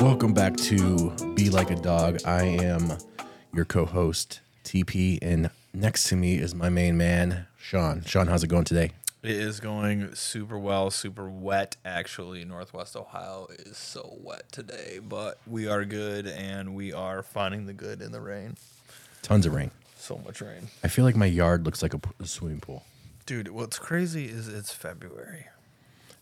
Welcome back to Be Like a Dog. I am your co-host TP, and next to me is my main man Sean. Sean, how's it going today? It is going super well, super wet actually. Northwest Ohio is so wet today, but we are good and we are finding the good in the rain. Tons of rain. So much rain. I feel like my yard looks like a, p- a swimming pool. Dude, what's crazy is it's February.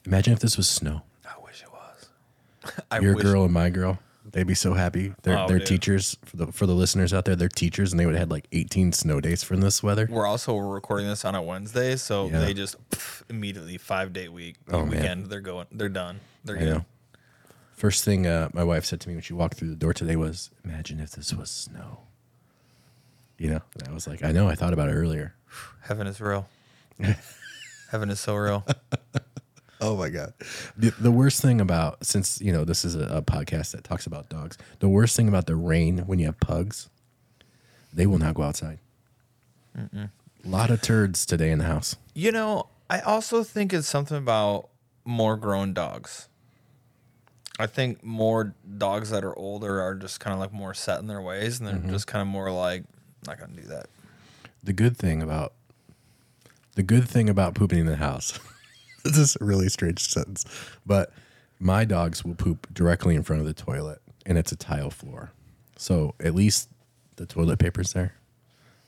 Imagine if this was snow. I wish it was. I Your wish girl and my girl, they'd be so happy. They're, Oh, they're dude. teachers for the for the listeners out there. They're teachers, and they would have had like 18 snow days from this weather. we're also recording this on a Wednesday, so Yeah. they just pff, immediately 5-day week Oh, man. weekend they're going they're done. They're I good. know. First thing uh, my wife said to me when she walked through the door today was, "Imagine if this was snow." You know, and I was like, "I know." I thought about it earlier. Heaven is real. Heaven is so real. Oh my god! The, the worst thing about since you know this is a, a podcast that talks about dogs, the worst thing about the rain when you have pugs, they will not go outside. A lot of turds today in the house. You know, I also think it's something about more grown dogs. I think more dogs that are older are just kind of like more set in their ways and they're Mm-hmm. just kind of more like, I'm not going to do that. The good thing about the good thing about pooping in the house. this is a really strange sentence, but my dogs will poop directly in front of the toilet, and it's a tile floor, so at least the toilet paper's there.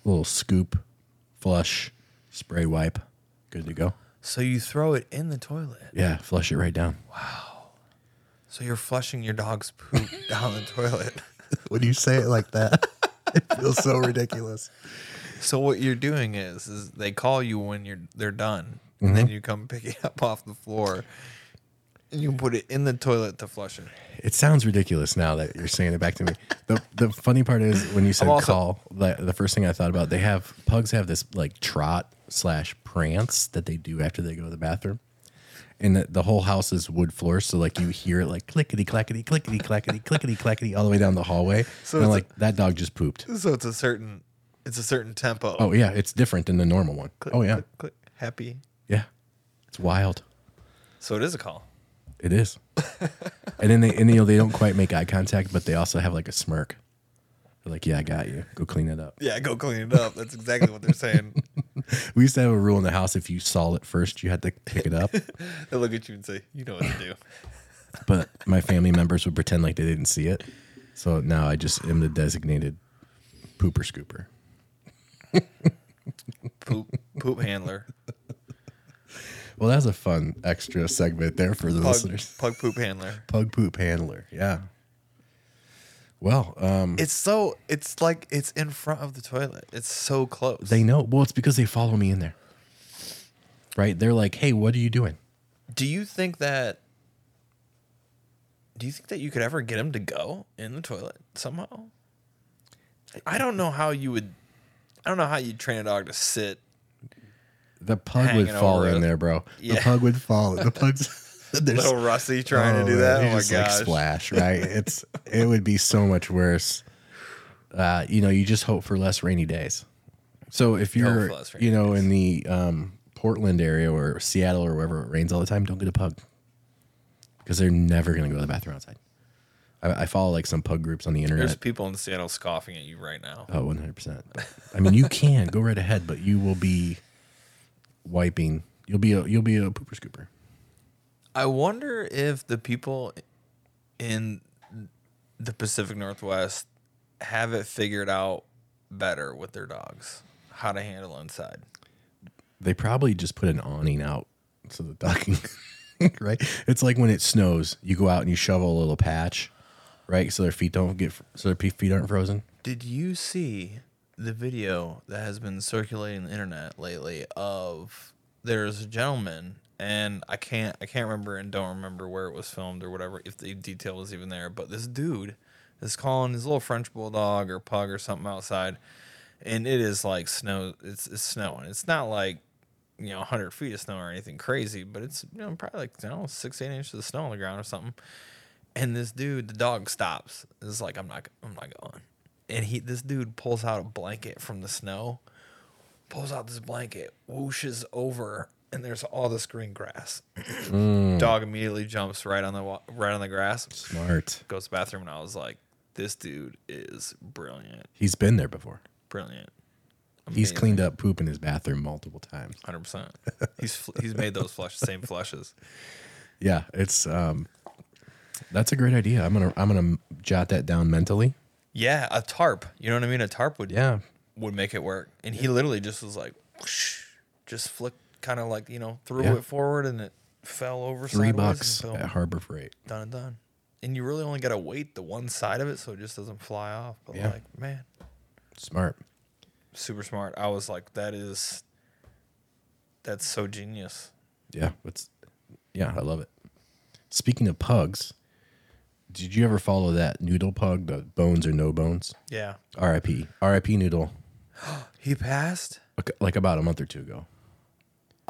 little scoop, flush, spray wipe, good to go. So you throw it in the toilet. Yeah, flush it right down. So you're flushing your dog's poop down the toilet. When you say it like that, it feels so ridiculous. So what you're doing is, is they call you when you're they're done, and Mm-hmm. then you come pick it up off the floor, and you put it in the toilet to flush it. It sounds ridiculous now that you're saying it back to me. The the funny part is when you said I'm also- call, the, the first thing I thought about they have pugs have this like trot slash prance that they do after they go to the bathroom. And the, the whole house is wood floor, so like you hear it like clickety clackety, clickety clackety, clickety clackety, all the way down the hallway. So So and I'm it's like that dog just pooped. So it's a certain, it's a certain tempo. Oh yeah, it's different than the normal one. Click, oh yeah, click, click. happy. yeah, it's wild. So it is a call. It is. and then they and you know they don't quite make eye contact, but they also have like a smirk. They're like, "Yeah, I got you. Go clean it up." Yeah, go clean it up. That's exactly what they're saying. We used to have a rule in the house: if you saw it first, you had to pick it up. they look at you and say, "You know what to do." but my family members would pretend like they didn't see it. So now I just am the designated pooper scooper. Poop, poop handler, Well, that's a fun extra segment there for the pug, listeners. pug poop handler. Pug poop handler. Yeah. Well, um, It's so, it's like it's in front of the toilet. It's so close. they know. Well, it's because they follow me in there. Right? They're like, "Hey, what are you doing?" do you think that? Do you think that you could ever get him to go in the toilet somehow? I don't know how you would. I don't know how you train a dog to sit. The pug would hanging fall over in it. there, bro. The Yeah. pug would fall. The pugs. there's- Little Rusty trying oh, to do man, that. you Oh my just, like, gosh! splash, right? It's it would be so much worse. Uh, you know, you just hope for less rainy days. So if hope you're, for less rainy you know, in the um, Portland area or Seattle or wherever it rains all the time, don't get a pug because they're never gonna go to the bathroom outside. I, I follow like some pug groups on the internet. There's people in Seattle scoffing at you right now. Oh, 100%. I mean, you can go right ahead, but you will be wiping. You'll be a you'll be a pooper scooper. I wonder if the people in the Pacific Northwest have it figured out better with their dogs, how to handle inside. They probably just put an awning out so the dog can right? It's like when it snows, you go out and you shovel a little patch, right? So their feet don't get fr- so their pe- feet aren't frozen. Did you see the video that has been circulating the internet lately of there's a gentleman and I can't I can't remember and don't remember where it was filmed or whatever if the detail was even there, but this dude is calling his little French bulldog or pug or something outside and it is like snow it's, it's snowing. It's not like you know, 100 feet of snow or anything crazy, but it's you know probably like you know, six eight inches of snow on the ground or something. And this dude, the dog stops. It's like I'm not, I'm not going. And he, this dude pulls out a blanket from the snow, pulls out this blanket, whooshes over and there's all this green grass. Dog immediately jumps right on the wa- right on the grass, Smart. goes to the bathroom, and I was like, "This dude is brilliant, He's been there before. brilliant." He's cleaned up poop in his bathroom multiple times. Hundred percent. He's fl- he's made those flush same flushes. Yeah, it's um, that's a great idea. I'm gonna I'm gonna jot that down mentally. Yeah, a tarp. You know what I mean? A tarp would Yeah, would make it work. And he literally just was like, whoosh, just flicked, kind of like you know, threw Yeah. it forward and it fell over. three sideways bucks and boom, at Harbor Freight. done and done. And you really only got to wait the one side of it so it just doesn't fly off. But Yeah. like, man, Smart. super smart. I was like, that is, that's so genius. Yeah, it's yeah, I love it. Speaking of pugs, did you ever follow that noodle pug, the bones or no bones? Yeah. R.I.P. R.I.P. Noodle. He passed. Like- Like about a month or two ago.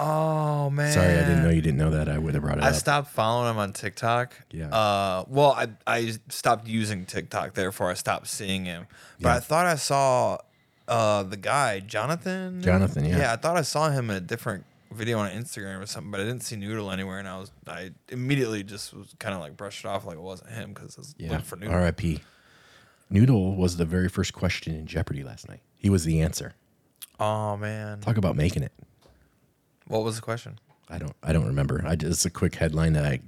Oh man. Sorry, I didn't know you didn't know that. I would have brought it I up. stopped following him on TikTok. Yeah. Uh, well, I, I stopped using TikTok, therefore I stopped seeing him. But I thought I saw uh, the guy, Jonathan. Jonathan, yeah. Yeah, I thought I saw him in a different video on Instagram or something, but I didn't see Noodle anywhere, and I was I immediately just was kind of like brushed it off like it wasn't him because I was yeah. looking for Noodle. R.I.P. Noodle was the very first question in Jeopardy last night. He was the answer. Oh man, Talk about making it. what was the question? I don't. I don't remember. I just it's a quick headline that I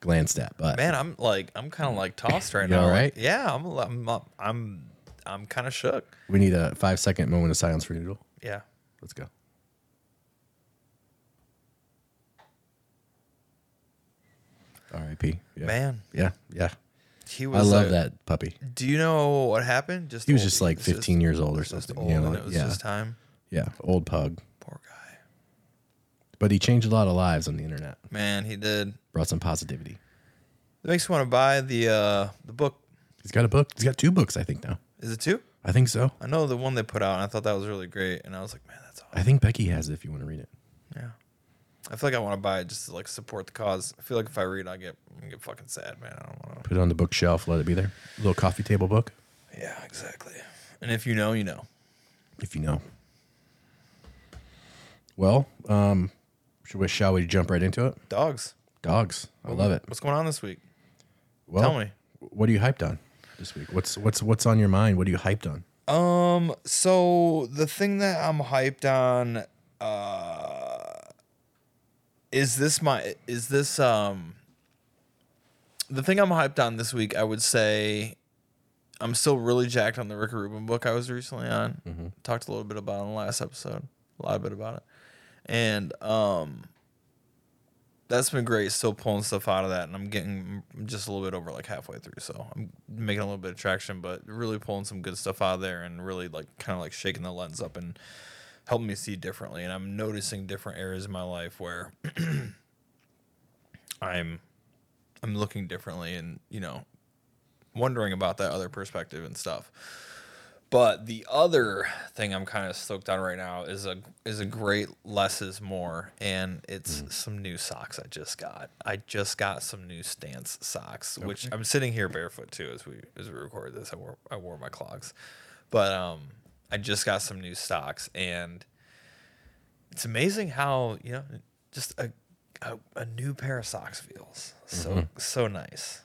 glanced at, but Man, I'm like I'm kind of like tossed right You now. all Like, right? yeah, I'm I'm I'm I'm kind of shook. we need a five second moment of silence for Noodle. Yeah. Let's go. R.I.P. Yeah. Man. Yeah. Yeah. He I was uh, love a- that puppy. Do you know what happened? Just He was old- just like it's 15 years old or just something. old, you know, and like- it was yeah. just time. yeah. Old pug. Poor guy. But he changed a lot of lives on the internet. Man, he did. Brought some positivity. It makes me want to buy the uh the book. He's got a book. He's got two books, I think now. Is it two? I think so. I know the one they put out, and I thought that was really great. And I was like, man, that's awesome. I think Becky has it if you want to read it. Yeah. I feel like I want to buy it just to like support the cause. I feel like if I read, I get I get fucking sad, man. I don't want to. Put it on the bookshelf. Let it be there. little coffee table book, Yeah, exactly. And if you know, you know. if you know. Well, um, should we, shall we jump right into it? Dogs. Dogs. I love it. What's going on this week? Well, Tell me. What are you hyped on this week? What's what's what's on your mind? What are you hyped on? Um, so the thing that I'm hyped on, uh, is this my is this um the thing I'm hyped on this week? I would say I'm still really jacked on the Rick Rubin book I was recently on. Talked a little bit about it on the last episode, a lot bit about it, and um. That's been great. Still pulling stuff out of that, and I'm getting I'm just a little bit over like halfway through, so I'm making a little bit of traction, but really pulling some good stuff out of there, and really like kind of like shaking the lens up and helping me see differently. And I'm noticing different areas in my life where I'm I'm looking differently, and you know, wondering about that other perspective and stuff. But the other thing I'm kind of stoked on right now is a is a great less is more, and it's some new socks I just got. I just got some new Stance socks, which I'm sitting here barefoot too as we as we record this. I wore I wore my clogs, but um, I just got some new socks, and it's amazing how you know just a a, a new pair of socks feels so so nice.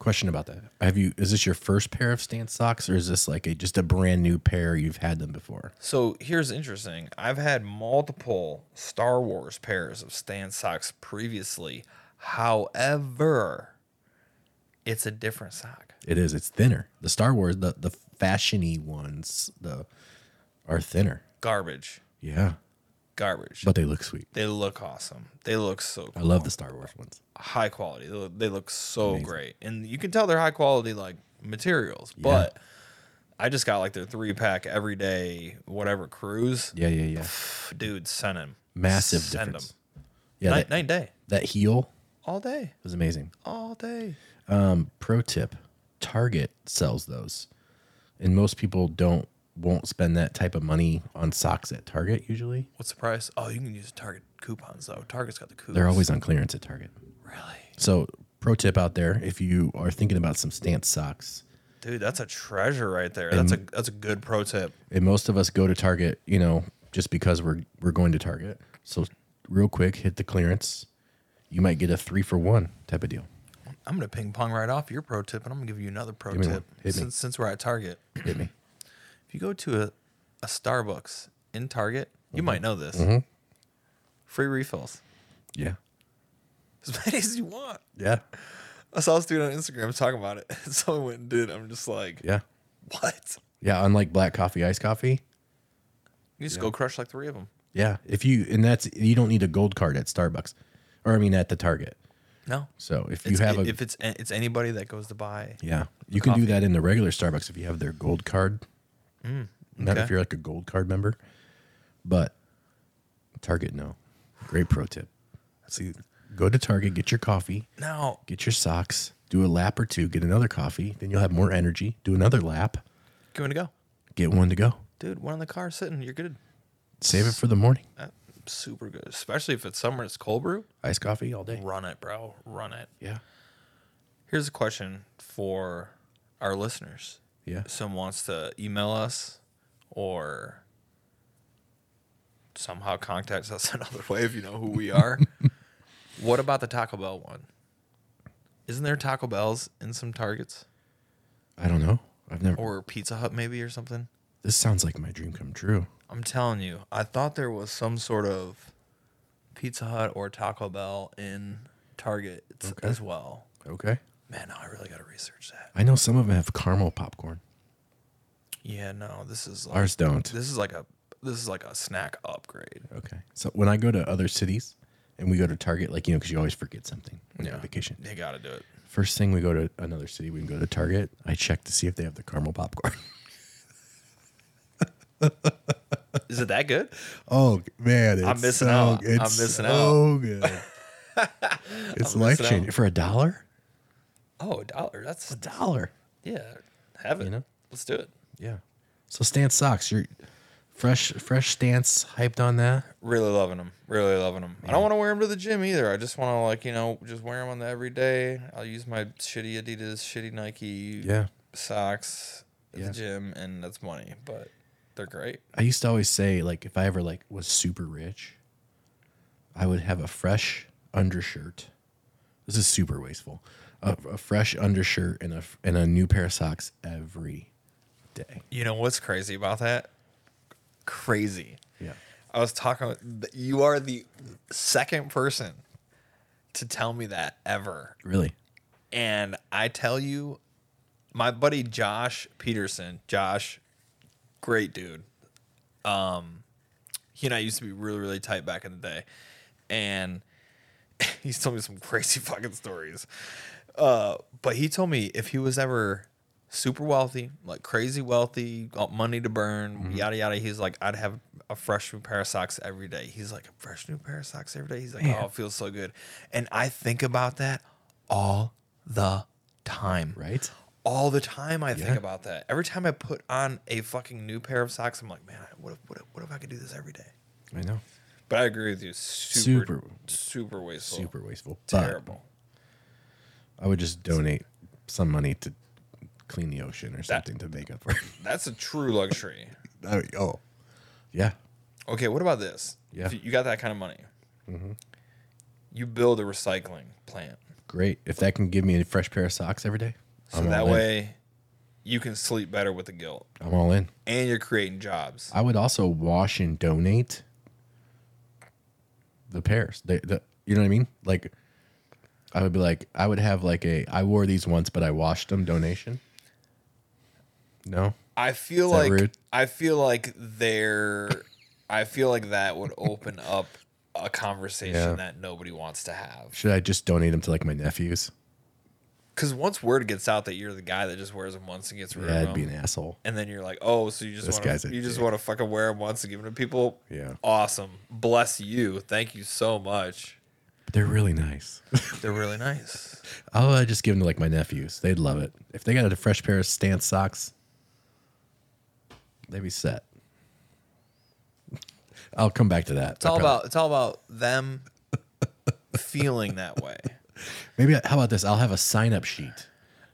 Question about that. Have you is this your first pair of stance socks or is this like a just a brand new pair you've had them before? So here's interesting. I've had multiple Star Wars pairs of Stan socks previously. However, it's a different sock. It is. It's thinner. The Star Wars the the fashiony ones the are thinner. Garbage. Yeah. Garbage. But Uh, they look sweet. they look awesome. They look so I cool. love the Star Wars ones. high quality. They look, they look so great. And you can tell they're high quality like materials. But I just got like their three pack every day, whatever cruise. Yeah, yeah, yeah. Pff, Dude, send them. Massive Send difference. Them. Yeah, night, that, night, day. that heel All day. was amazing. All day. Um, pro tip: Target sells those, and most people don't won't spend that type of money on socks at Target. Usually, What's the price? Oh, you can use Target coupons though. Target's got the coupons. they're always on clearance at Target. really, So, pro tip out there: if you are thinking about some stance socks, dude. That's a treasure right there. That's a that's a good pro tip. and most of us go to Target, you know, just because we're we're going to Target. So, real quick, hit the clearance. You might get a three for one type of deal. I'm gonna ping pong right off your pro tip, and I'm gonna give you another pro Give me one. tip. Hit me. Since since we're at Target, Hit me. if you go to a, a Starbucks in Target, you Mm-hmm. might know this. Free refills, Yeah. as many as you want. Yeah. I saw this dude on Instagram talking about it, and so I went and did. it. I'm just like, Yeah. what? Yeah. Unlike black coffee, iced coffee. You just go crush like three of them. Yeah. If you, and that's, you don't need a gold card at Starbucks or I mean at the Target. No, So if you It's- have a, if it's it's anybody that goes to buy. yeah, you can do coffee. Mm, that in the regular Starbucks if you have their gold card. Not if okay. you're like a gold card member, but Target, no. Great pro tip. See, go to Target, get your coffee. Now get your socks, do a lap or two, get another coffee, then you'll have more energy, do another lap, going to go, get one to go. dude. One in the car sitting. You're good. Save it for the morning. Uh, super good, especially if it's summer. and It's cold brew. Iced coffee all day. Run it, bro. Run it. Yeah. Here's a question for our listeners. Yeah. If someone wants to email us or somehow contact us another way if you know who we are. what about the Taco Bell one? Isn't there Taco Bells in some Targets I don't know. I've never. or Pizza Hut maybe or something? this sounds like my dream come true. I'm telling you, I thought there was some sort of Pizza Hut or Taco Bell in Target s- Okay. as well. Okay. Man, now I really got to research that. I know some of them have caramel popcorn. Yeah, no, this is like, Ours don't. this is like a this is like a snack upgrade. Okay. So when I go to other cities and we go to Target, like, you know, because you always forget something when you're on vacation. They got to do it. First thing we go to another city, we can go to Target. I check to see if they have the caramel popcorn. Is it that good? Oh man, it's I'm missing so, out. I'm It's missing so good. it's I'm life missing changing for a dollar. Oh, a dollar. That's Dollar. yeah. Have it. You know? Let's do it. Yeah. So Stance socks, you're fresh, fresh Stance hyped on that. Really loving them. Really loving them. I don't want to wear them to the gym either. I just want to like you know just wear them on the everyday. I'll use my shitty Adidas, shitty Nike Yeah. socks at Yeah. the gym, and that's money. But they're great. I used to always say like if I ever like was super rich, I would have a fresh undershirt. This is super wasteful. A, a fresh undershirt and a f- and a new pair of socks every day. You know what's crazy about that? Crazy. Yeah. I was talking. You are the second person to tell me that ever. Really. And I tell you, my buddy Josh Peterson, Josh, great dude. Um, he and I used to be really, really tight back in the day, and he's told me some crazy fucking stories. Uh, but he told me if he was ever super wealthy, like crazy wealthy, got money to burn, yada yada, he's like, I'd have a fresh new pair of socks every day. He's like, a fresh new pair of socks every day. He's like, oh, it feels so good. And I think about that all the time. Right. All the time I Yeah. think about that. Every time I put on a fucking new pair of socks, I'm like, man, I- what if, what if, what if I could do this every day? I know. But I agree with you. Super, Super. super, wasteful. Super wasteful. but- terrible. I would just donate some money to clean the ocean or something to make up for. it. That's a true luxury. I mean, oh, yeah, Okay, what about this? Yeah. Mm-hmm. If you got that kind of money. You build a recycling plant. great. If that can give me a fresh pair of socks every day, So I'm that all in. way you can sleep better with the guilt I'm all in. and you're creating jobs. I would also wash and donate the pairs. The, the you know what I mean? Like, I would be like, I would have like a, I wore these once, but I washed them donation. No, I feel that like rude? I feel like there I feel like that would open up a conversation Yeah. that nobody wants to have. should I just donate them to like my nephews? Cuz once word gets out that you're the guy that just wears them once and gets rid Yeah, of I'd them. be an asshole. and then you're like, "Oh, so you just This want guy's a to you just dick. want to fucking wear them once and give them to people?" Yeah. Awesome. Bless you. Thank you so much. They're really nice. They're really nice. I'll uh, just give them to like my nephews. They'd love it. If they got a fresh pair of Stance socks, they'd be set. I'll come back to that. It's all about it's all about them feeling that way. maybe. How about this? I'll have a sign up sheet.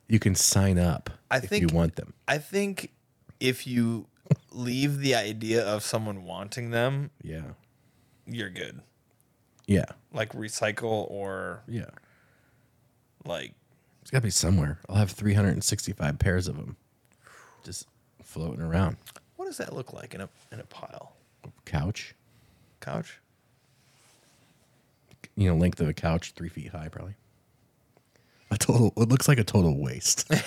You can sign up I if think- you want them. I think if you leave the idea of someone wanting them, Yeah, you're good. Yeah. like recycle or Yeah. like It's got to be somewhere. I'll have 365 pairs of them just floating around. what does that look like in a in a pile? Couch, Couch? you know, length of a couch, three feet high, probably. A total, it looks like a total waste.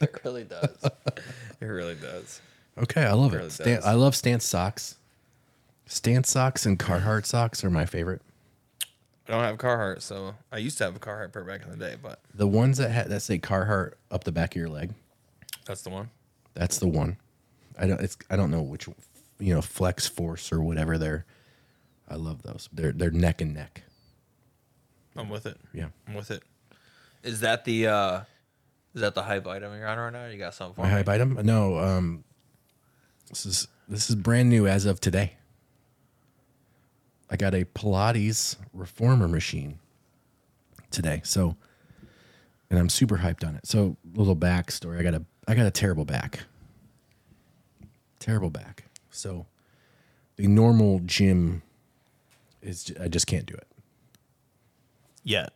It really does. it really does. okay. I love Really it. Stan, does. I love Stan socks. Stan socks and Carhartt socks are my favorite. I don't have Carhartt, so I used to have a Carhartt pair back in the day, but The ones that ha- that say Carhartt up the back of your leg, that's the one. that's the one. I don't. It's I don't know which, you know, Flex Force or whatever. They're, I love those. They're they're neck and neck. I'm with it. Yeah. I'm with it. Is that the uh is that the hype item you're on right now? You got something for My me? hype item? No. Um, this is this is brand new as of today. I got a Pilates reformer machine today, so and I'm super hyped on it. So little backstory: I got a I got a terrible back, terrible back. So the normal gym is ju- I just can't do it Yet.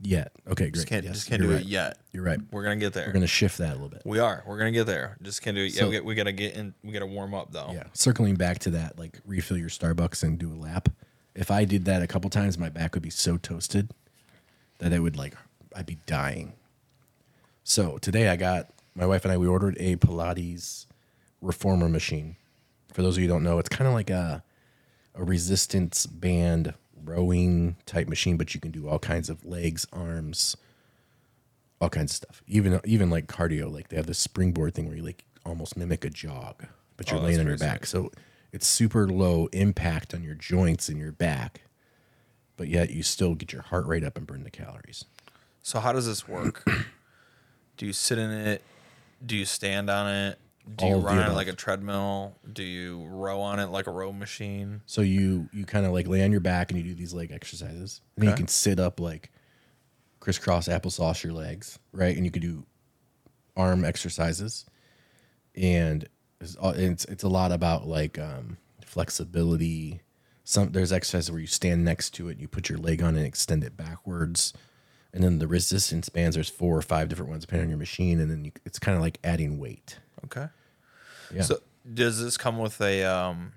yet. Okay, great. Just can't Yes, just can't you're do right. it yet. You're right. We're gonna get there. We're gonna shift that a little bit. We are. We're gonna get there. Just can't do it. Yeah, So- we, got, we gotta get in. We gotta warm up though. Yeah, circling back to that, like refill your Starbucks and do a lap. If I did that a couple times, my back would be so toasted that it would like I'd be dying. So today I got my wife and I we ordered a Pilates reformer machine. For those of you who don't know, it's kind of like a a resistance band rowing type machine, but you can do all kinds of legs, arms, all kinds of stuff. Even even like cardio, like they have this springboard thing where you like almost mimic a jog, but you're Oh, laying that's on your pretty back. So it's super low impact on your joints and your back, but yet you still get your heart rate up and burn the calories. So how does this work? do you sit in it? Do you stand on it? Do All you of the run on it above. like a treadmill? Do you row on it like a row machine? So you you kind of like lay on your back and you do these leg exercises. And then you Okay. can sit up like crisscross applesauce your legs, right? And you can do arm exercises. And it's all- and it's it's a lot about like um, flexibility. Some there's exercises where you stand next to it and you put your leg on and extend it backwards. And then the resistance bands, there's four or five different ones depending on your machine. And then you, it's kind of like adding weight. Okay. Yeah. So does this come with a um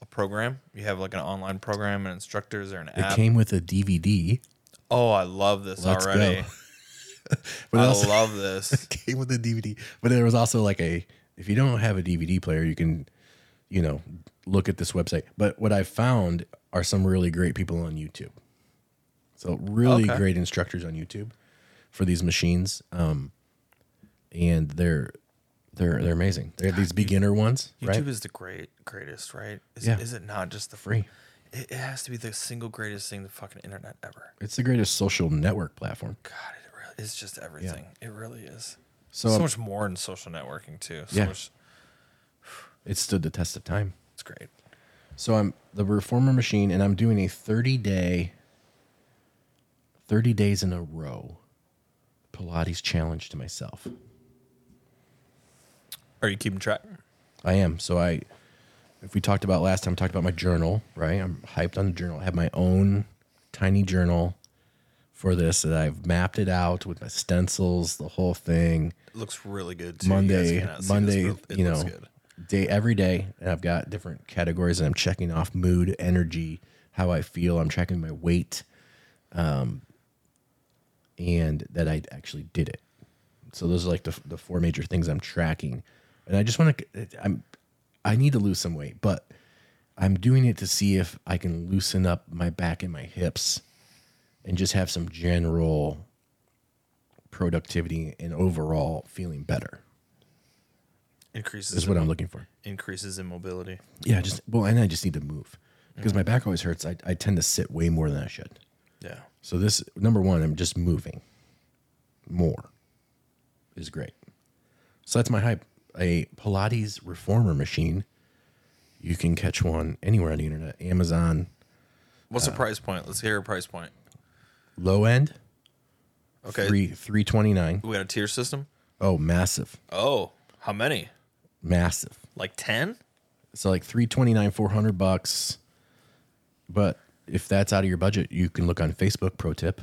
a program? You have like an online program and instructors or an It app? came with a DVD. oh, I love this Let's go. already. But it I also- love this. came with a DVD. But there was also like a if you don't have a DVD player, you can, you know, look at this website. But what I found are some really great people on YouTube. So really Okay. great instructors on YouTube for these machines. Um and they're they're they're amazing. They have these beginner ones, YouTube right? is the great greatest, right? Is, Yeah. is it not just the Free. It, it has to be the single greatest thing the fucking internet ever. It's the greatest social network platform. God, it really it's just everything. It really is. So, So, um, much more in social networking too. So Yeah. much it stood the test of time. it's great. So I'm the reformer machine, and I'm doing a 30 day, 30 days in a row Pilates challenge to myself. Are you keeping track? I am. So I, if we talked about last time, talked about my journal, right? I'm hyped on the journal. I have my own tiny journal for this that I've mapped it out with my stencils, the whole thing. It looks really good too. You guys Monday, cannot see this, Monday, but it you know, looks good. day every day, and I've got different categories, and I'm checking off mood, energy, how I feel. I'm checking my weight, um, and that I actually did it. So those are like the the four major things I'm tracking, and I just want to. I'm I need to lose some weight, but I'm doing it to see if I can loosen up my back and my hips, and just have some general productivity and overall feeling better Increases is what I'm looking for. increases in mobility. Yeah, just well, and I just need to move because my back always hurts. I, I tend to sit way more than I should. Yeah. So this number one, I'm just moving more is great. So that's my hype. A Pilates reformer machine. You can catch one anywhere on the internet. Amazon What's Uh, the price point? Let's hear a price point. low end. Okay. Three three twenty nine. We got a tier system? Oh, massive, Oh, how many? massive. Like 10? So like three twenty nine, four hundred bucks. But if that's out of your budget, you can look on Facebook. Pro tip,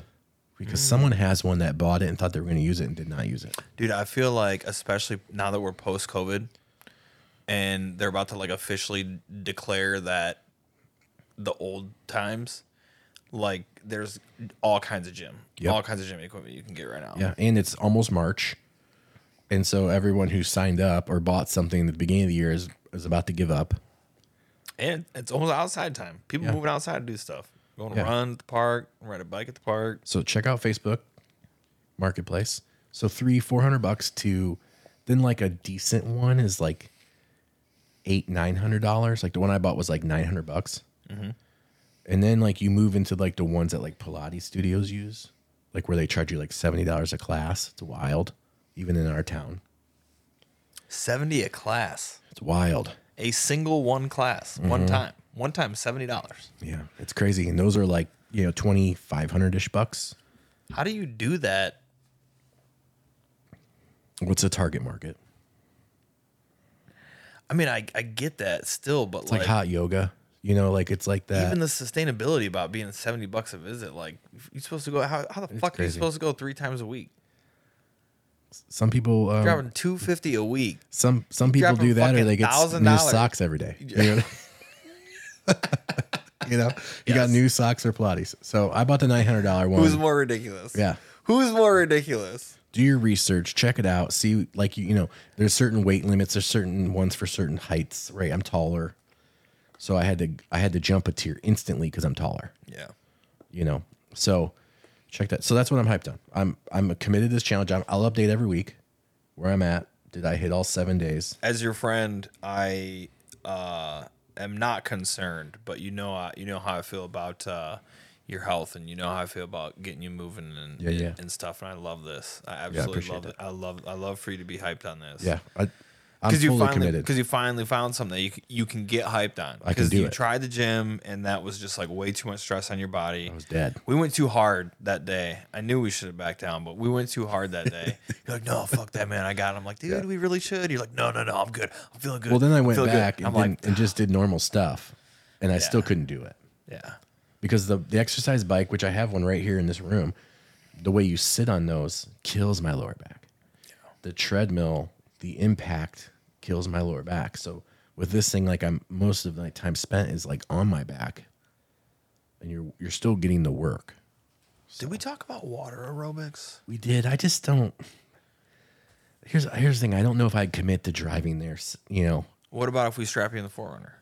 because someone has one that bought it and thought they were going to use it and did not use it. Dude, I feel like especially now that we're post COVID and they're about to like officially declare that the old times, like there's all kinds of gym. Yep. All kinds of gym equipment you can get right now. Yeah, and it's almost March, and so everyone who signed up or bought something at the beginning of the year is is about to give up. And it's almost outside time. People moving outside to do stuff. Going to Yeah. run at the park, ride a bike at the park. So check out Facebook Marketplace. So three, four hundred bucks to then like a decent one is like eight, nine hundred dollars. Like the one I bought was like nine hundred bucks. And then like you move into like the ones that like Pilates studios use, like where they charge you like seventy dollars a class. It's wild, even in our town. 70 a class. It's wild. A single one class, Mm-hmm. one time. One time, $70. Yeah, it's crazy. And those are like you know twenty five hundred ish bucks. How do you do that? What's the target market? I mean, I, I get that still, but It's like, hot yoga. You know, like it's like that. even the sustainability about being 70 bucks a visit like you're supposed to go how, how the fuck are you crazy. supposed to go three times a week some people um, driving 250 a week Some some people Dropping do that, or fucking they get s- new $1,000. socks every day. You know, You know? You got Yes. new socks or Pilates. So I bought the nine hundred dollar one. who's more ridiculous yeah, who's more ridiculous do your research, check it out, see like you you know there's certain weight limits, there's certain ones for certain heights. Right, I'm taller, so I had to I had to jump a tier instantly because I'm taller. yeah You know, so check that. So that's what I'm hyped on. I'm I'm committed to this challenge. I'm, I'll update every week where I'm at. Did I hit all seven days? as your friend i uh am not concerned but you know I, you know how i feel about uh your health and you know how i feel about getting you moving and Yeah, and, yeah. and stuff and i love this i absolutely appreciate love it. i love i love for you to be hyped on this Yeah, I, I'm because fully you finally committed. because you finally found something that you c- you can get hyped I can on. Because do you it. tried the gym and that was just like way too much stress on your body. I was dead. We went too hard that day. I knew we should have backed down, but we went too hard that day. You're like, no, fuck that, man. I got it. I'm like, dude, we really should. You're like, no, no, no, I'm good. I'm feeling good. Well, then I I'm went feeling good." back and, I'm didn't- like, and just did normal stuff, and I still Yeah. couldn't do it yeah, because the the exercise bike, which I have one right here in this room, the way you sit on those kills my lower back. The treadmill, the impact kills my lower back. So with this thing, like I'm most of my time spent is like on my back, and you're you're still getting the work. did we talk about water aerobics? We did. I just don't. Here's here's the thing. I don't know if I'd commit to driving there. s- You know, What about if we strap you in the forerunner?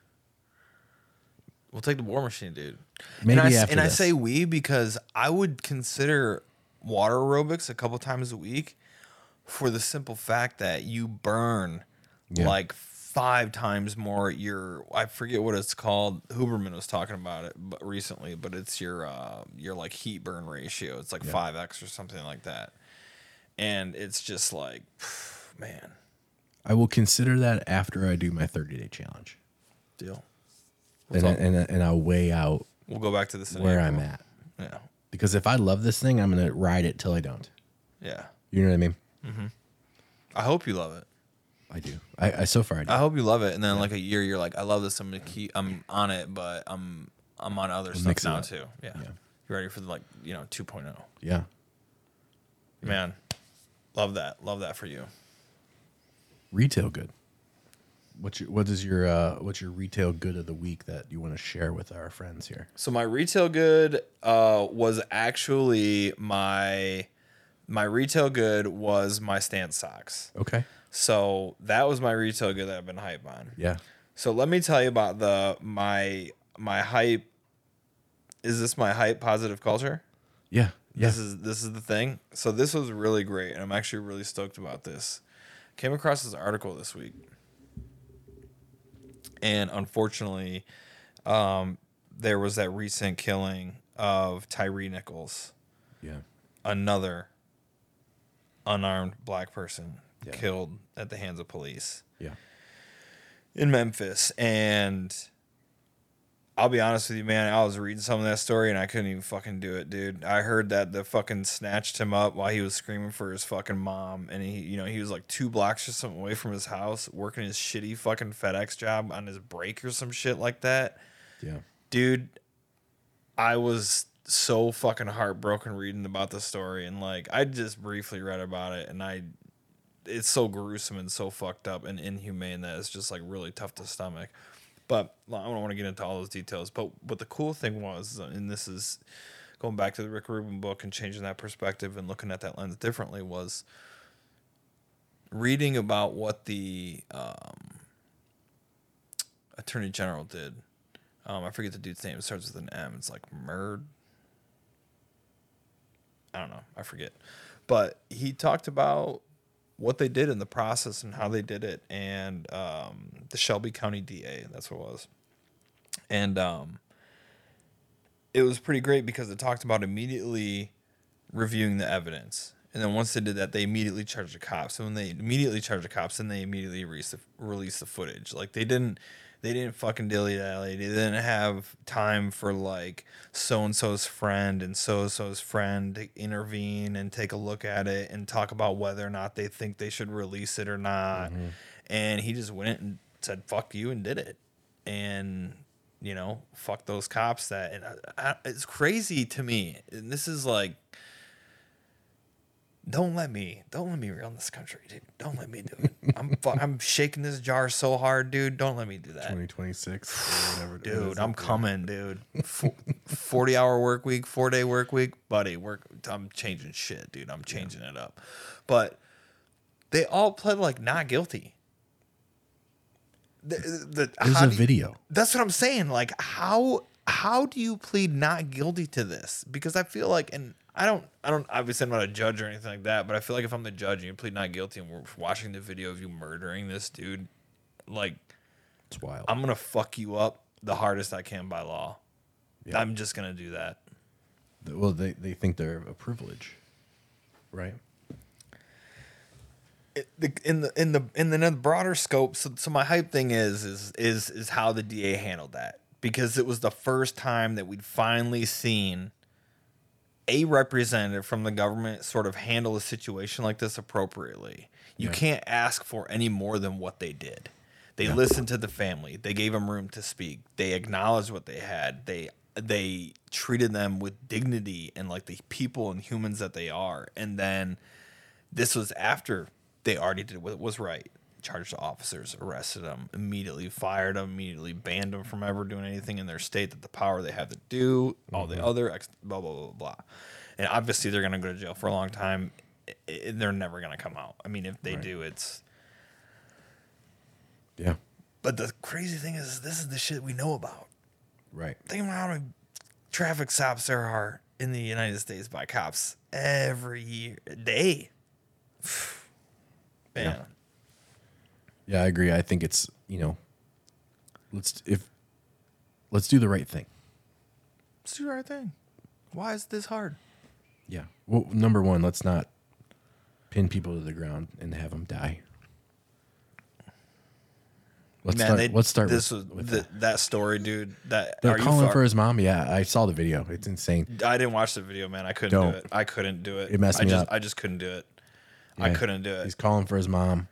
We'll take the war machine, dude. Maybe and I, s- after and I this. say we because I would consider water aerobics a couple times a week for the simple fact that you burn Yeah. like five times more your I forget what it's called. Huberman was talking about it but recently, but it's your uh, your like heat burn ratio. It's like five X or something like that. And it's just like man, I will consider that after I do my 30 day challenge. deal. and, I, and, I- and I'll weigh out We'll go back to this in where April. I'm at. Yeah. Because if I love this thing, I'm going to ride it till I don't. Yeah. You know what I mean? I hope you love it. I do. Uh. I, I so far I do. I hope you love it. And then like a year, you're like, I love this. I'm gonna keep. I'm on it, but I'm I'm on other stuff mixing now up. too. Yeah. You ready for the, like you know 2.0? yeah. Man, love that. Love that for you. Retail good. What's your, what is your uh, what's your retail good of the week that you want to share with our friends here? So my retail good uh, was actually my my retail good was my stance socks. Okay. So that was my retail good that I've been hype on. Yeah. So let me tell you about the my my hype. Is this my hype positive culture? Yeah. Yeah. This is this is the thing. So this was really great, and I'm actually really stoked about this. Came across this article this week, and unfortunately, um, there was that recent killing of Tyree Nichols, yeah. another unarmed black person Yeah. killed at the hands of police Yeah. in Memphis, and I'll be honest with you, man. I was reading some of that story and I couldn't even fucking do it, dude. I heard that the fucking snatched him up while he was screaming for his fucking mom, and he, you know, he was like two blocks or something away from his house, working his shitty fucking FedEx job on his break or some shit like that, Yeah. dude. I was so fucking heartbroken reading about the story and like I just briefly read about it and I it's so gruesome and so fucked up and inhumane that it's just like really tough to stomach. But well, I don't want to get into all those details. But but the cool thing was, and this is going back to the Rick Rubin book and changing that perspective and looking at that lens differently was reading about what the um, attorney general did. Um, I forget the dude's name. It starts with an M. It's like Murd. I don't know. I forget. But he talked about what they did in the process and how they did it, and um, the Shelby County DA. That's what it was. And um, it was pretty great because it talked about immediately reviewing the evidence. And then once they did that, they immediately charged the cops. And when they immediately charged the cops, then they immediately released the, released the footage. Like they didn't, they didn't fucking dilly dally. They didn't have time for like so and so's friend and so and so's friend to intervene and take a look at it and talk about whether or not they think they should release it or not. And he just went and said "fuck you" and did it. And you know, fuck those cops that. And I, I, it's crazy to me. And this is like don't let me don't let me run this country dude don't let me do it i'm fu- i'm shaking this jar so hard dude don't let me do that 2026 Uh, or whatever. it dude is. i'm coming dude Fo- 40 hour work week 4 day work week buddy work i'm changing shit dude i'm changing it up but they all pled like not guilty the, the, There's how a do you- video. that's what I'm saying. Like how how do you plead not guilty to this? Because I feel like and I don't I don't obviously I'm not a judge or anything like that, but I feel like if I'm the judge and you plead not guilty and we're watching the video of you murdering this dude, like It's wild. I'm gonna fuck you up the hardest I can by law. I'm just gonna do that. well, they, they think they're a privilege, right? it- the- in the in the in the, in the broader scope. So, so my hype thing is is is is how the DA handled that because it was the first time that we'd finally seen a representative from the government sort of handle a situation like this appropriately. You Yeah. can't ask for any more than what they did. They listened to the family. They gave them room to speak. They acknowledged what they had. They they treated them with dignity and like the people and humans that they are. And then this was after they already did what was right charged the officers arrested them immediately fired them immediately banned them from ever doing anything in their state that the power they have to do all the other ex- blah blah blah blah and obviously they're going to go to jail for a long time I- I- they're never going to come out i mean if they do it's Yeah. but the crazy thing is this is the shit we know about Right. think about how many traffic stops there are in the united states by cops every year day man Yeah, I agree. I think it's you know, let's if let's do the right thing. Let's do the right thing. Why is this hard? Yeah. Well, number one, let's not pin people to the ground and have them die. Let's start. they- let's start. This with, was with the- that. that. story, dude. That They're are you calling far- for his mom. Yeah, I saw the video. It's insane. I didn't watch the video, man. I couldn't Don't. do it. I couldn't do it. It messed I me just, up. I just couldn't do it. I Yeah. couldn't do it. He's calling for his mom.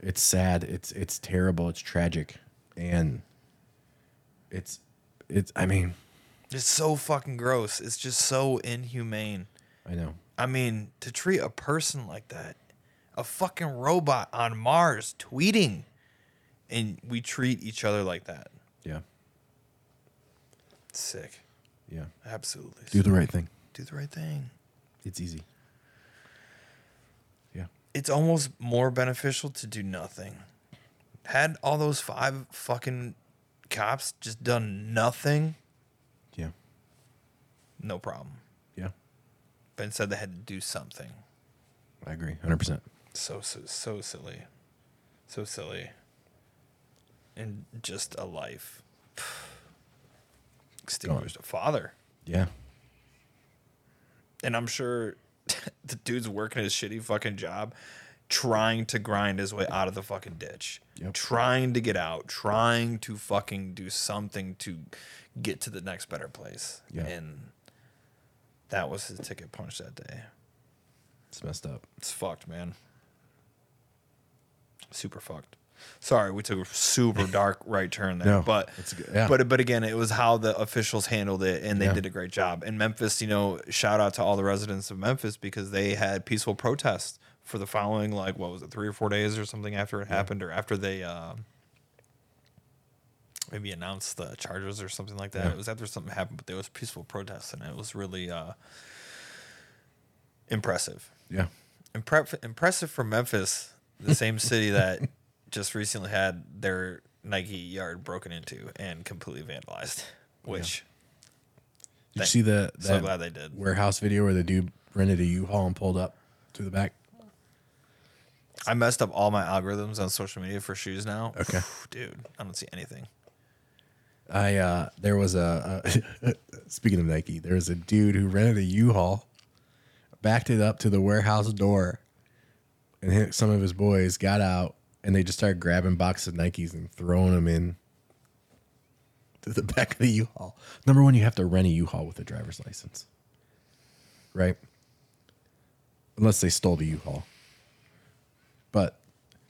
It's sad. It's it's terrible. It's tragic, and it's it's. I mean, It's so fucking gross. It's just so inhumane. I know. I mean, to treat a person like that, a fucking robot on Mars tweeting, and we treat each other like that. Yeah. Sick. Yeah. Absolutely. Do sick. the right thing. do the right thing. It's easy. Yeah. it's almost more beneficial to do nothing. Had all those five fucking cops just done nothing, Yeah. no problem. Yeah. But instead, they had to do something. I agree. 100%. So so so silly, so silly, and just a life extinguished. A father, Yeah. and I'm sure the dude's working his shitty fucking job, trying to grind his way out of the fucking ditch, Yep. trying to get out, trying to fucking do something to get to the next better place. Yeah. And that was his ticket punch that day. It's messed up. It's fucked, man. Super fucked. Sorry, we took a super dark right turn there, No, but it's good. Yeah. but but again, it was how the officials handled it, and they Yeah. did a great job. And Memphis, you know, shout out to all the residents of Memphis because they had peaceful protests for the following, like what was it, three or four days or something after it happened, or after they. Uh, Maybe announced the charges or something like that. It was after something happened, but there was peaceful protests, and it was really uh, impressive Yeah. impre- impressive for Memphis, the same city that just recently had their Nike yard broken into and completely vandalized. Which Did you Thank- see the that so glad they did. warehouse video where the dude rented a U-Haul and pulled up to the back? I messed up all my algorithms on social media for shoes now. Okay. dude, I don't see anything. I uh, there was a uh, speaking of Nike, there was a dude who rented a U-Haul, backed it up to the warehouse door, and hit some of his boys got out and they just started grabbing boxes of Nikes and throwing them in to the back of the U-Haul. Number one, you have to rent a U-Haul with a driver's license, right? Unless they stole the U-Haul, but.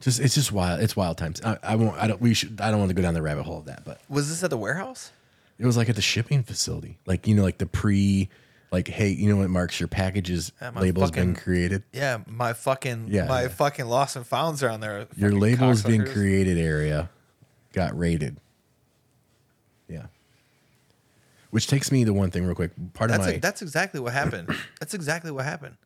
Just, it's just wild. It's wild times. I, I won't. I don't. We should. I don't want to go down the rabbit hole of that. But Was this at the warehouse? it was like at the shipping facility, like you know, like the pre, like hey, you know, it marks your packages Yeah, my label's been fucking- created. Yeah, my fucking Yeah, my yeah. fucking lost and founds are on there. Your fucking label's been cocksuckers. created area got raided. Yeah. Which takes me to one thing real quick. Part of That's my a, that's exactly what happened. That's exactly what happened.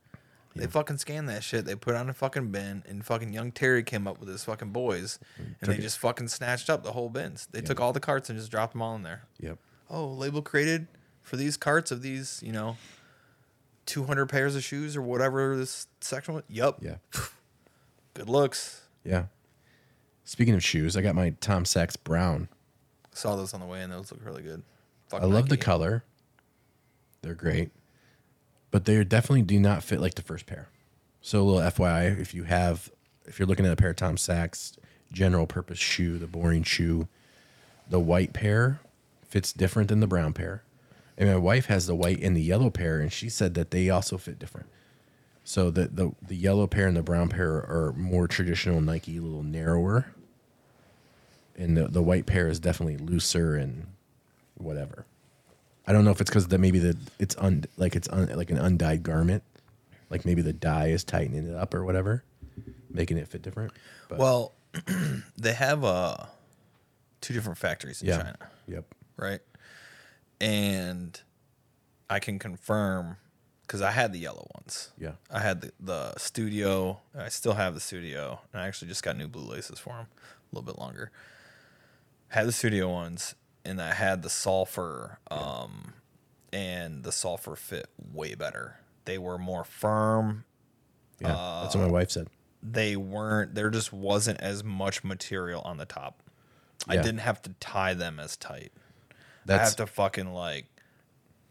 They fucking scanned that shit. They put it on a fucking bin, and fucking young Terry came up with his fucking boys, and they just fucking snatched up the whole bins. They took all the carts and just dropped them all in there. yep. Oh, label created for these carts of these, you know, two hundred pairs of shoes or whatever this section was. Yup. Yeah. Good looks. Yeah. Speaking of shoes, I got my Tom Sachs brown. Saw those on the way, and those look really good. Fuck I love the Nike. color. They're great. But they definitely do not fit like the first pair. So a little FYI, if you have if you're looking at a pair of Tom Sachs general purpose shoe, the boring shoe, the white pair fits different than the brown pair. And my wife has the white and the yellow pair and she said that they also fit different. So the the, the yellow pair and the brown pair are more traditional Nike, a little narrower. And the, the white pair is definitely looser and whatever. I don't know if it's because that maybe the it's un like it's un, like an undyed garment, like maybe the dye is tightening it up or whatever, making it fit different. But Well, they have uh two different factories in yeah, China. yep, right? And I can confirm because I had the yellow ones. yeah, I had the, the studio. and I still have the studio. And I actually just got new blue laces for them a little bit longer. Had the studio ones, and I had the sulfur. Um, and the sulfur fit way better. They were more firm. yeah. That's Uh, what my wife said. They weren't. There just wasn't as much material on the top. I Yeah. didn't have to tie them as tight. I That's have to fucking like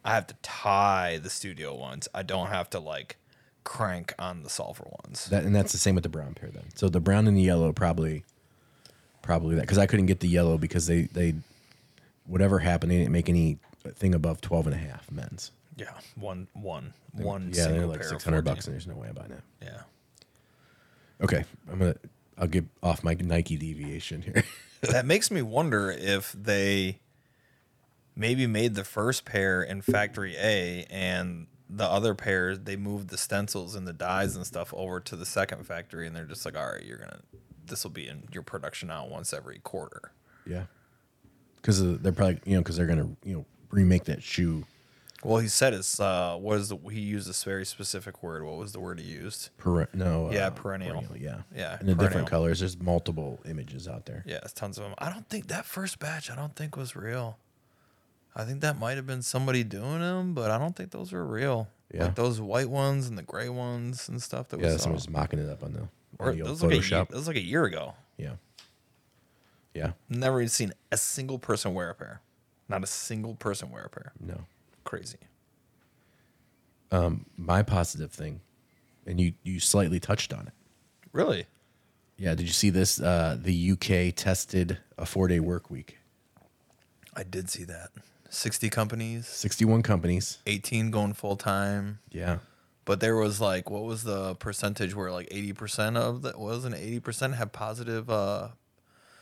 I have to tie the studio ones. I don't have to like crank on the solver ones. that, and that's the same with the brown pair then. So the brown and the yellow probably, probably that because I couldn't get the yellow because they they, whatever happened, they didn't make anything above 12 and a half men's. yeah. One one one yeah, they're single like pair of 600 bucks, 14. and there's no way I'm buying that. Yeah. Okay, I'm gonna I'll get off my Nike deviation here. that makes me wonder if they maybe made the first pair in factory A and the other pairs they moved the stencils and the dyes and stuff over to the second factory and they're just like, all right, you're gonna this will be in your production now once every quarter. Yeah. Because they're probably, you know, because they're going to, you know, remake that shoe Well, he said it's uh, what is the he used this very specific word. What was the word he used? per, no. Yeah, uh, perennial. Yeah. Yeah, And the different perennial. colors. There's multiple images out there. Yeah, it's tons of them. I don't think that first batch. I don't think was real. I think that might have been somebody doing them, but I don't think those were real. Yeah. like those white ones and the gray ones and stuff that Yeah. we saw. someone's mocking it up on the, on or the old those like a, ye- Photoshop. those like a year ago. yeah. Yeah. Never even seen a single person wear a pair. Not a single person wear a pair. No. Crazy. My positive thing, and you, you slightly touched on it. Really? Yeah. Did you see this? Uh, the UK tested a four day work week. I did see that. Sixty companies, 61 companies. eighteen going full time. Yeah. but there was like what was the percentage where like 80% of that wasn't 80% had positive uh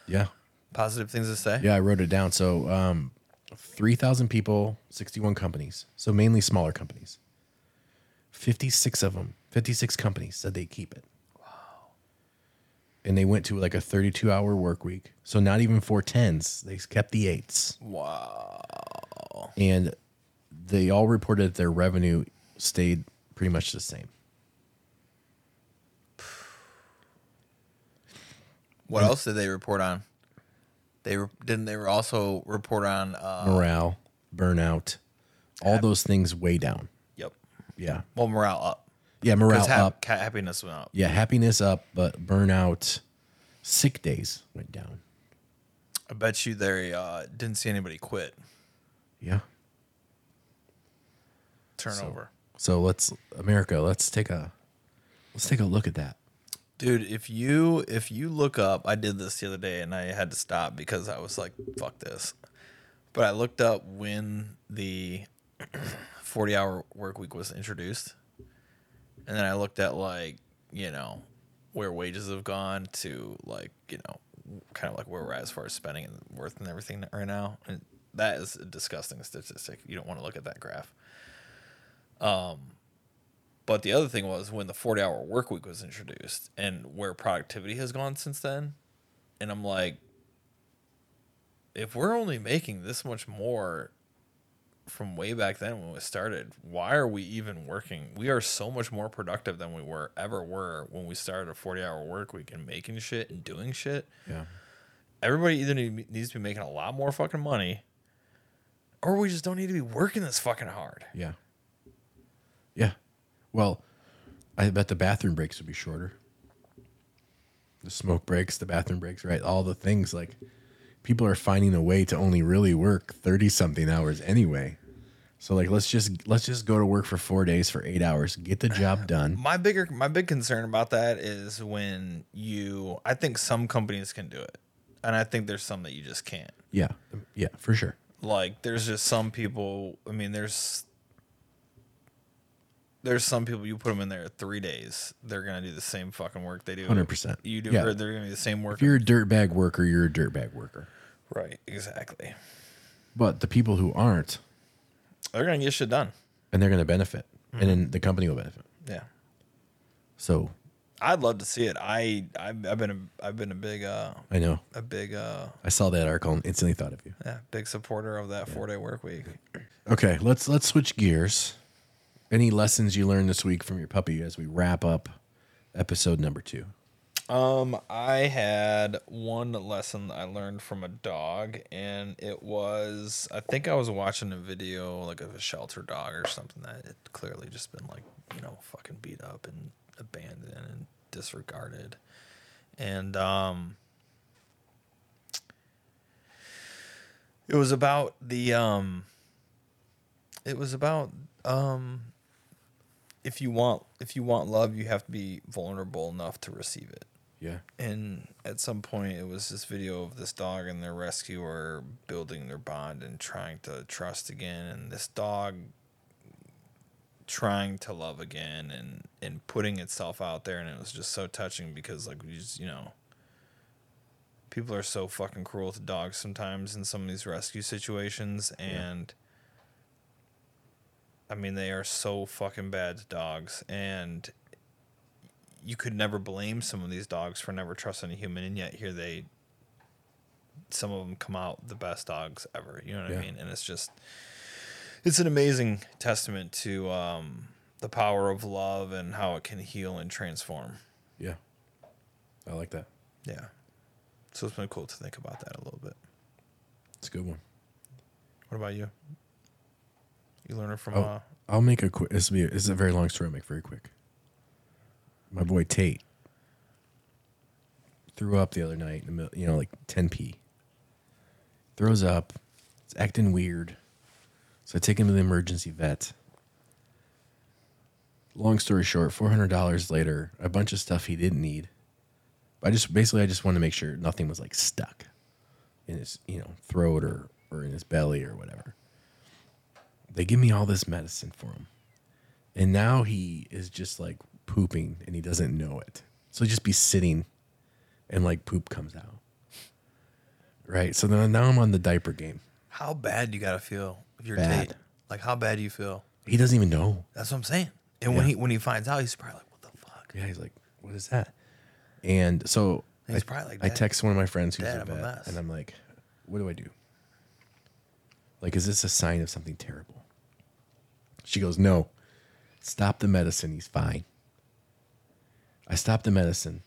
Yeah. Positive things to say. Yeah, I wrote it down. So, um, 3,000 people, 61 companies. So, mainly smaller companies. 56 of them, 56 companies said they keep it. Wow. And they went to like a 32 hour work week. So, not even four tens. They kept the eights. Wow. And they all reported that their revenue stayed pretty much the same. What else did they report on? They re- didn't. They were also report on. Uh, Morale, burnout, all those things way down. yep. Yeah. Well, morale up. Yeah. 'Cause Morale hap- up. ca- happiness went up. Yeah, happiness up, but burnout, sick days went down. I bet you they uh, didn't see anybody quit. Yeah. Turnover. So let's America, let's take a let's take a look at that. Dude, if you if you look up, I did this the other day and I had to stop because I was like, fuck this. But I looked up when the 40 hour work week was introduced. And then I looked at like, you know, where wages have gone to like, you know, kind of like where we're at as far as spending and worth and everything right now. And that is a disgusting statistic. You don't want to look at that graph. But the other thing was when the 40 hour work week was introduced and where productivity has gone since then. And I'm like, if we're only making this much more from way back then when we started, why are we even working? We are so much more productive than we were ever were when we started a 40 hour work week and making shit and doing shit. Yeah. Everybody either need- needs to be making a lot more fucking money or we just don't need to be working this fucking hard. Yeah. Yeah. Well, I bet the bathroom breaks would be shorter. The smoke breaks, the bathroom breaks, right? All the things like people are finding a way to only really work 30 something hours anyway. So like let's just let's just go to work for 4 days for 8 hours, get the job done. My bigger my big concern about that is when you I think some companies can do it. And I think there's some that you just can't. Yeah. Yeah, for sure. Like there's just some people, I mean there's there's some people you put them in there 3 days, they're going to do the same fucking work they do. 100%. You do Yeah. or they're going to do the same work. If you're a dirtbag worker, you're a dirtbag worker. right, exactly. But the people who aren't, They're going to get shit done. and they're going to benefit, and then the company will benefit. Yeah. So I'd love to see it. I I've, I've been a, I've been a big uh I know a big uh I saw that article and instantly thought of you. yeah, big supporter of that 4-day work week. Okay, let's let's switch gears. Any lessons you learned this week from your puppy as we wrap up episode number two? Um, I had one lesson that I learned from a dog, and it was I think I was watching a video like of a shelter dog or something that had clearly just been like you know fucking beat up and abandoned and disregarded, and um, it was about the um, it was about um if you want if you want love you have to be vulnerable enough to receive it Yeah, and at some point it was this video of this dog and their rescuer building their bond and trying to trust again and this dog trying to love again and and putting itself out there and it was just so touching because like we just you know people are so fucking cruel to dogs sometimes in some of these rescue situations and I mean they are so fucking bad to dogs and you could never blame some of these dogs for never trusting a human, and yet here they, some of them come out the best dogs ever. You know what Yeah. I mean? And it's just, it's an amazing testament to um, the power of love and how it can heal and transform. yeah, I like that. Yeah. So it's been cool to think about that a little bit. It's a good one. What about you? You learn it from, Oh. uh, I'll make a quick. This will be. This is a very long story. I'll make very quick. My boy Tate threw up the other night. In the middle, you know, like 10 p. Throws up. It's acting weird. So I take him to the emergency vet. Long story short, four hundred dollars later, a bunch of stuff he didn't need. I just basically I just wanted to make sure nothing was like stuck in his you know throat or or in his belly or whatever they give me all this medicine for him. And now he is just like pooping and he doesn't know it. So he'll just be sitting and like poop comes out. right? So then now I'm on the diaper game. How bad you gotta feel if you're Bad. Tate? Like how bad you feel? He doesn't even know. That's what I'm saying. And when he when he finds out, he's probably like, "What the fuck?" Yeah, he's like, what is that? And so And he's I, probably like, I "Dad, text one of my friends who's Dad, a I'm a vet, mess. and I'm like, what do I do? Like, is this a sign of something terrible? She goes, no, stop the medicine. He's fine. I stopped the medicine.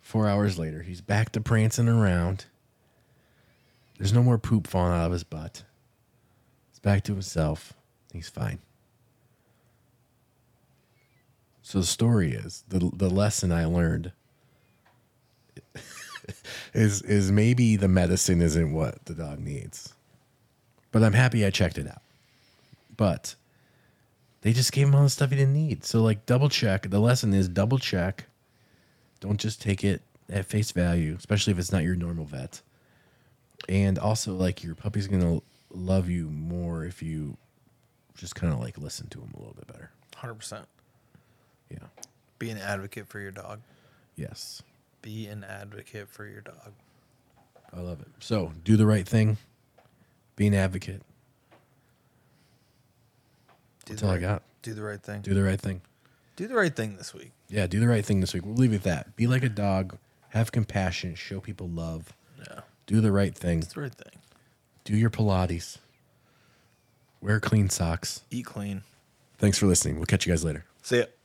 Four hours later, he's back to prancing around. There's no more poop falling out of his butt. He's back to himself. He's fine. So the story is the the lesson I learned is is maybe the medicine isn't what the dog needs. But I'm happy I checked it out. But they just gave him all the stuff he didn't need. So like double check. The lesson is double check. Don't just take it at face value, especially if it's not your normal vet. And also like your puppy's gonna love you more if you just kind of like listen to him a little bit better. 100%. Yeah. Be an advocate for your dog. Yes. Be an advocate for your dog. I love it. So do the right thing. Be an advocate. Do That's the all I right- got. Do the right thing. Do the right thing. Do the right thing this week. Yeah, do the right thing this week. We'll leave it at that. Be like a dog. Have compassion. Show people love. Yeah. Do the right thing. It's the right thing. Do your Pilates. Wear clean socks. Eat clean. Thanks for listening. We'll catch you guys later. See ya.